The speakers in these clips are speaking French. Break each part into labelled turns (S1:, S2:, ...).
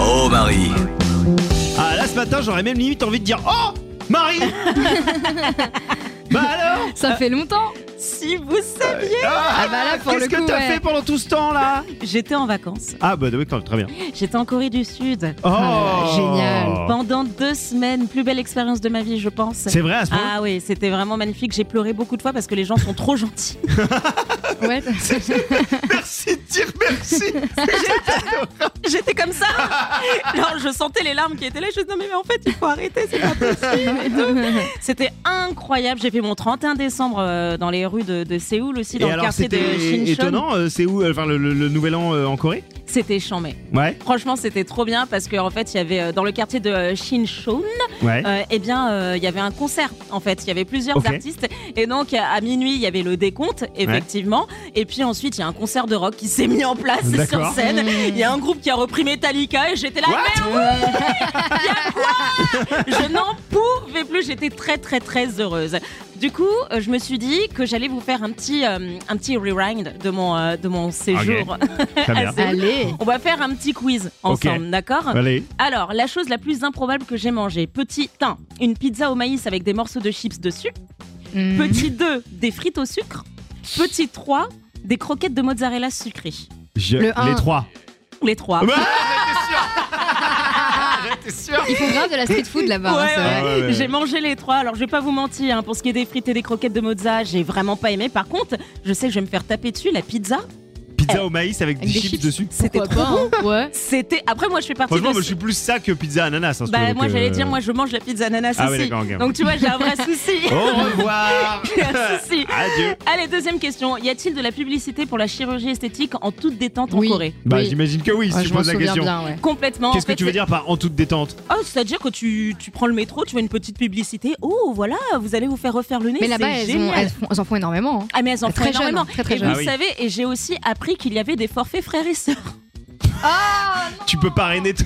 S1: Oh Marie
S2: Ah là ce matin j'aurais même limite envie de dire Oh Marie Bah alors
S3: Ça fait longtemps.
S4: Si vous saviez
S2: Ah,
S3: bah là, pour
S2: Qu'est-ce
S3: le
S2: que
S3: coup,
S2: t'as
S3: ouais.
S2: fait pendant tout ce temps là
S4: Euh, J'étais en vacances.
S2: Ah bah oui quand même, très bien.
S4: J'étais en Corée du Sud.
S2: Oh
S3: Ah, génial.
S4: Pendant deux semaines, plus belle expérience de ma vie, je pense.
S2: C'est vrai à ce moment
S4: Ah oui, c'était vraiment magnifique. J'ai pleuré beaucoup de fois parce que les gens sont trop gentils.
S3: Ouais. Ah.
S2: Merci de dire merci
S4: J'étais comme ça. Non, je sentais les larmes qui étaient là. Je me disais, non, mais en fait, il faut arrêter, c'est pas possible. et tout. C'était incroyable. J'ai fait mon 31 décembre euh, dans les rues de, de Séoul aussi, dans
S2: Et
S4: le
S2: alors
S4: quartier de
S2: c'était
S4: Shinchon.
S2: étonnant, euh, c'est où euh, enfin, le, le- le nouvel an euh, en Corée
S4: C'était chambé.
S2: Ouais,
S4: Franchement, c'était trop bien parce qu'en en fait, il y avait euh, dans le quartier de euh, Shinchon,
S2: ouais.
S4: euh, eh bien, euh, il y avait un concert. En fait, il y avait plusieurs
S2: Ok.
S4: artistes. Et donc, à, à minuit, il y avait le décompte, effectivement. Et puis ensuite, il y a un concert de rock qui s'est mis en place
S2: D'accord.
S4: sur scène. Il y a un groupe qui a repris Metallica et j'étais là.
S2: What
S4: merde Je n'en pouvais plus, j'étais très très très heureuse. Du coup, euh, je me suis dit que j'allais vous faire un petit, euh, un petit rewind de mon, euh, de mon séjour.
S3: Euh,
S2: Très bien.
S3: Allez.
S4: On va faire un petit quiz
S2: Ok.
S4: ensemble, d'accord
S2: Allez.
S4: Alors, la chose la plus improbable que j'ai mangée. Petit 1, une pizza au maïs avec des morceaux de chips dessus.
S2: Mhm.
S3: Hmm.
S4: Petit 2, des frites au sucre. Petit 3, des croquettes de mozzarella sucrées.
S2: Je-
S3: Le
S2: les
S3: un. Ah.
S2: trois.
S4: Les trois.
S2: Bah, j'étais sûr.
S3: Ils font grave de la street food là-bas. hein,
S4: Ouais,
S3: c'est vrai.
S2: Ah ouais, ouais.
S4: J'ai mangé les trois, alors je vais pas vous mentir, hein, pour ce qui est des frites et des croquettes de mozza, j'ai vraiment pas aimé. Par contre, je sais que je vais me faire taper dessus, la pizza,
S2: Pizza au maïs avec,
S3: Avec
S2: des
S3: des
S2: chips,
S3: chips.
S2: dessus.
S4: c'était
S3: Pourquoi
S4: trop bon.
S3: pas, hein. Ouais.
S4: C'était. Après, moi, je fais partie
S2: Franchement,
S4: de.
S2: moi, je suis plus ça que pizza ananas. hein, si tu
S4: Bah,
S2: veux,
S4: moi,
S2: que-
S4: j'allais dire, moi, je mange la pizza ananas
S2: Ah ouais,
S4: aussi.
S2: d'accord, ok. Oh.
S4: Donc, tu vois, j'ai un vrai souci.
S2: Au revoir.
S4: J'ai un souci.
S2: Adieu.
S4: Allez, deuxième question. Y a-t-il de la publicité pour la chirurgie esthétique en toute détente
S3: Oui.
S4: en Corée
S2: Bah,
S3: Oui.
S2: j'imagine que oui, si
S3: Ouais,
S2: tu
S3: je m'en
S2: poses la
S3: souviens
S2: question.
S3: bien, ouais.
S4: Complètement.
S2: Qu'est-ce
S4: En
S2: que
S4: fait,
S2: tu veux
S4: c'est-
S2: dire par en toute détente
S4: Oh, c'est-à-dire que tu, tu prends le métro, tu vois une petite publicité. Oh, voilà, vous allez vous faire refaire le nez.
S3: Mais là-bas,
S4: c'est
S3: elles, ont-
S4: génial.
S3: elles font- elles en font énormément. hein.
S4: Ah mais elles en font
S3: Très jeune,
S4: énormément.
S3: très, très
S4: et
S3: jeune.
S4: vous
S2: Ah oui.
S4: savez, et j'ai aussi appris qu'il y avait des forfaits frères et sœurs.
S2: Tu peux parrainer. t-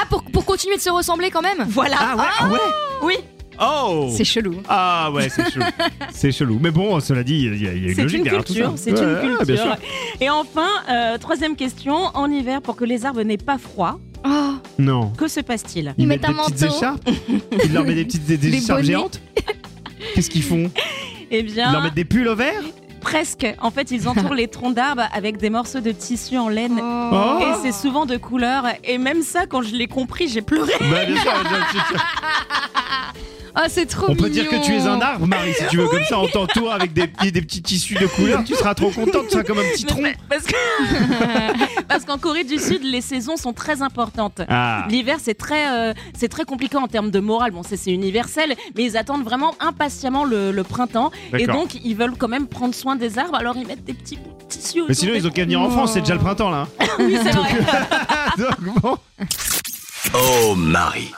S3: Ah, pour, pour continuer de se ressembler quand même
S4: Voilà.
S2: Ah ouais, ah ouais.
S4: Oui.
S2: Oh.
S3: C'est chelou.
S2: Ah ouais, c'est chelou. c'est chelou. Mais bon, cela dit, il y a, il y a une
S4: C'est
S2: logique
S4: une
S2: derrière
S4: culture.
S2: tout ça.
S4: C'est
S2: Ouais,
S4: une
S2: ouais,
S4: culture.
S2: bien sûr.
S4: Et enfin, euh, troisième question. En hiver, pour que les arbres n'aient pas froid,
S3: Oh,
S2: Non.
S4: que se passe-t-il
S2: Ils
S3: Ils
S2: mettent
S3: mettent
S2: des
S3: un
S2: petites
S3: manteau.
S2: écharpes. Ils leur mettent des petites des
S3: Des
S2: écharpes
S3: bonnets.
S2: géantes. Qu'est-ce qu'ils font
S4: Eh
S2: Ils leur
S4: bien,
S2: mettent des pulls au vert
S4: presque. En fait, ils entourent les troncs d'arbres avec des morceaux de tissu en laine.
S2: Oh.
S4: Et c'est souvent de couleur. Et même ça, quand je l'ai compris, j'ai pleuré.
S2: Bah bien sûr. bien sûr.
S3: Ah, c'est trop
S2: On peut
S3: mignon.
S2: dire que tu es un arbre, Marie, si tu veux. Comme ça, on t'entoure avec des, petits- des petits tissus de couleur. Tu seras trop contente. Tu seras comme un petit tronc.
S4: Mais Parce que parce qu'en Corée du Sud, les saisons sont très importantes.
S2: Ah.
S4: L'hiver, c'est très, euh, c'est très compliqué en termes de morale. Bon, c'est c'est universel, mais ils attendent vraiment impatiemment le, le printemps. Et
S2: D'accord.
S4: donc, ils veulent quand même prendre soin des arbres. Alors, ils mettent des petits bouts de tissu.
S2: Mais sinon, ils ont qu'à venir en France. C'est déjà le printemps là.
S4: Oui, c'est vrai.
S2: Donc, bon.
S1: Oh Marie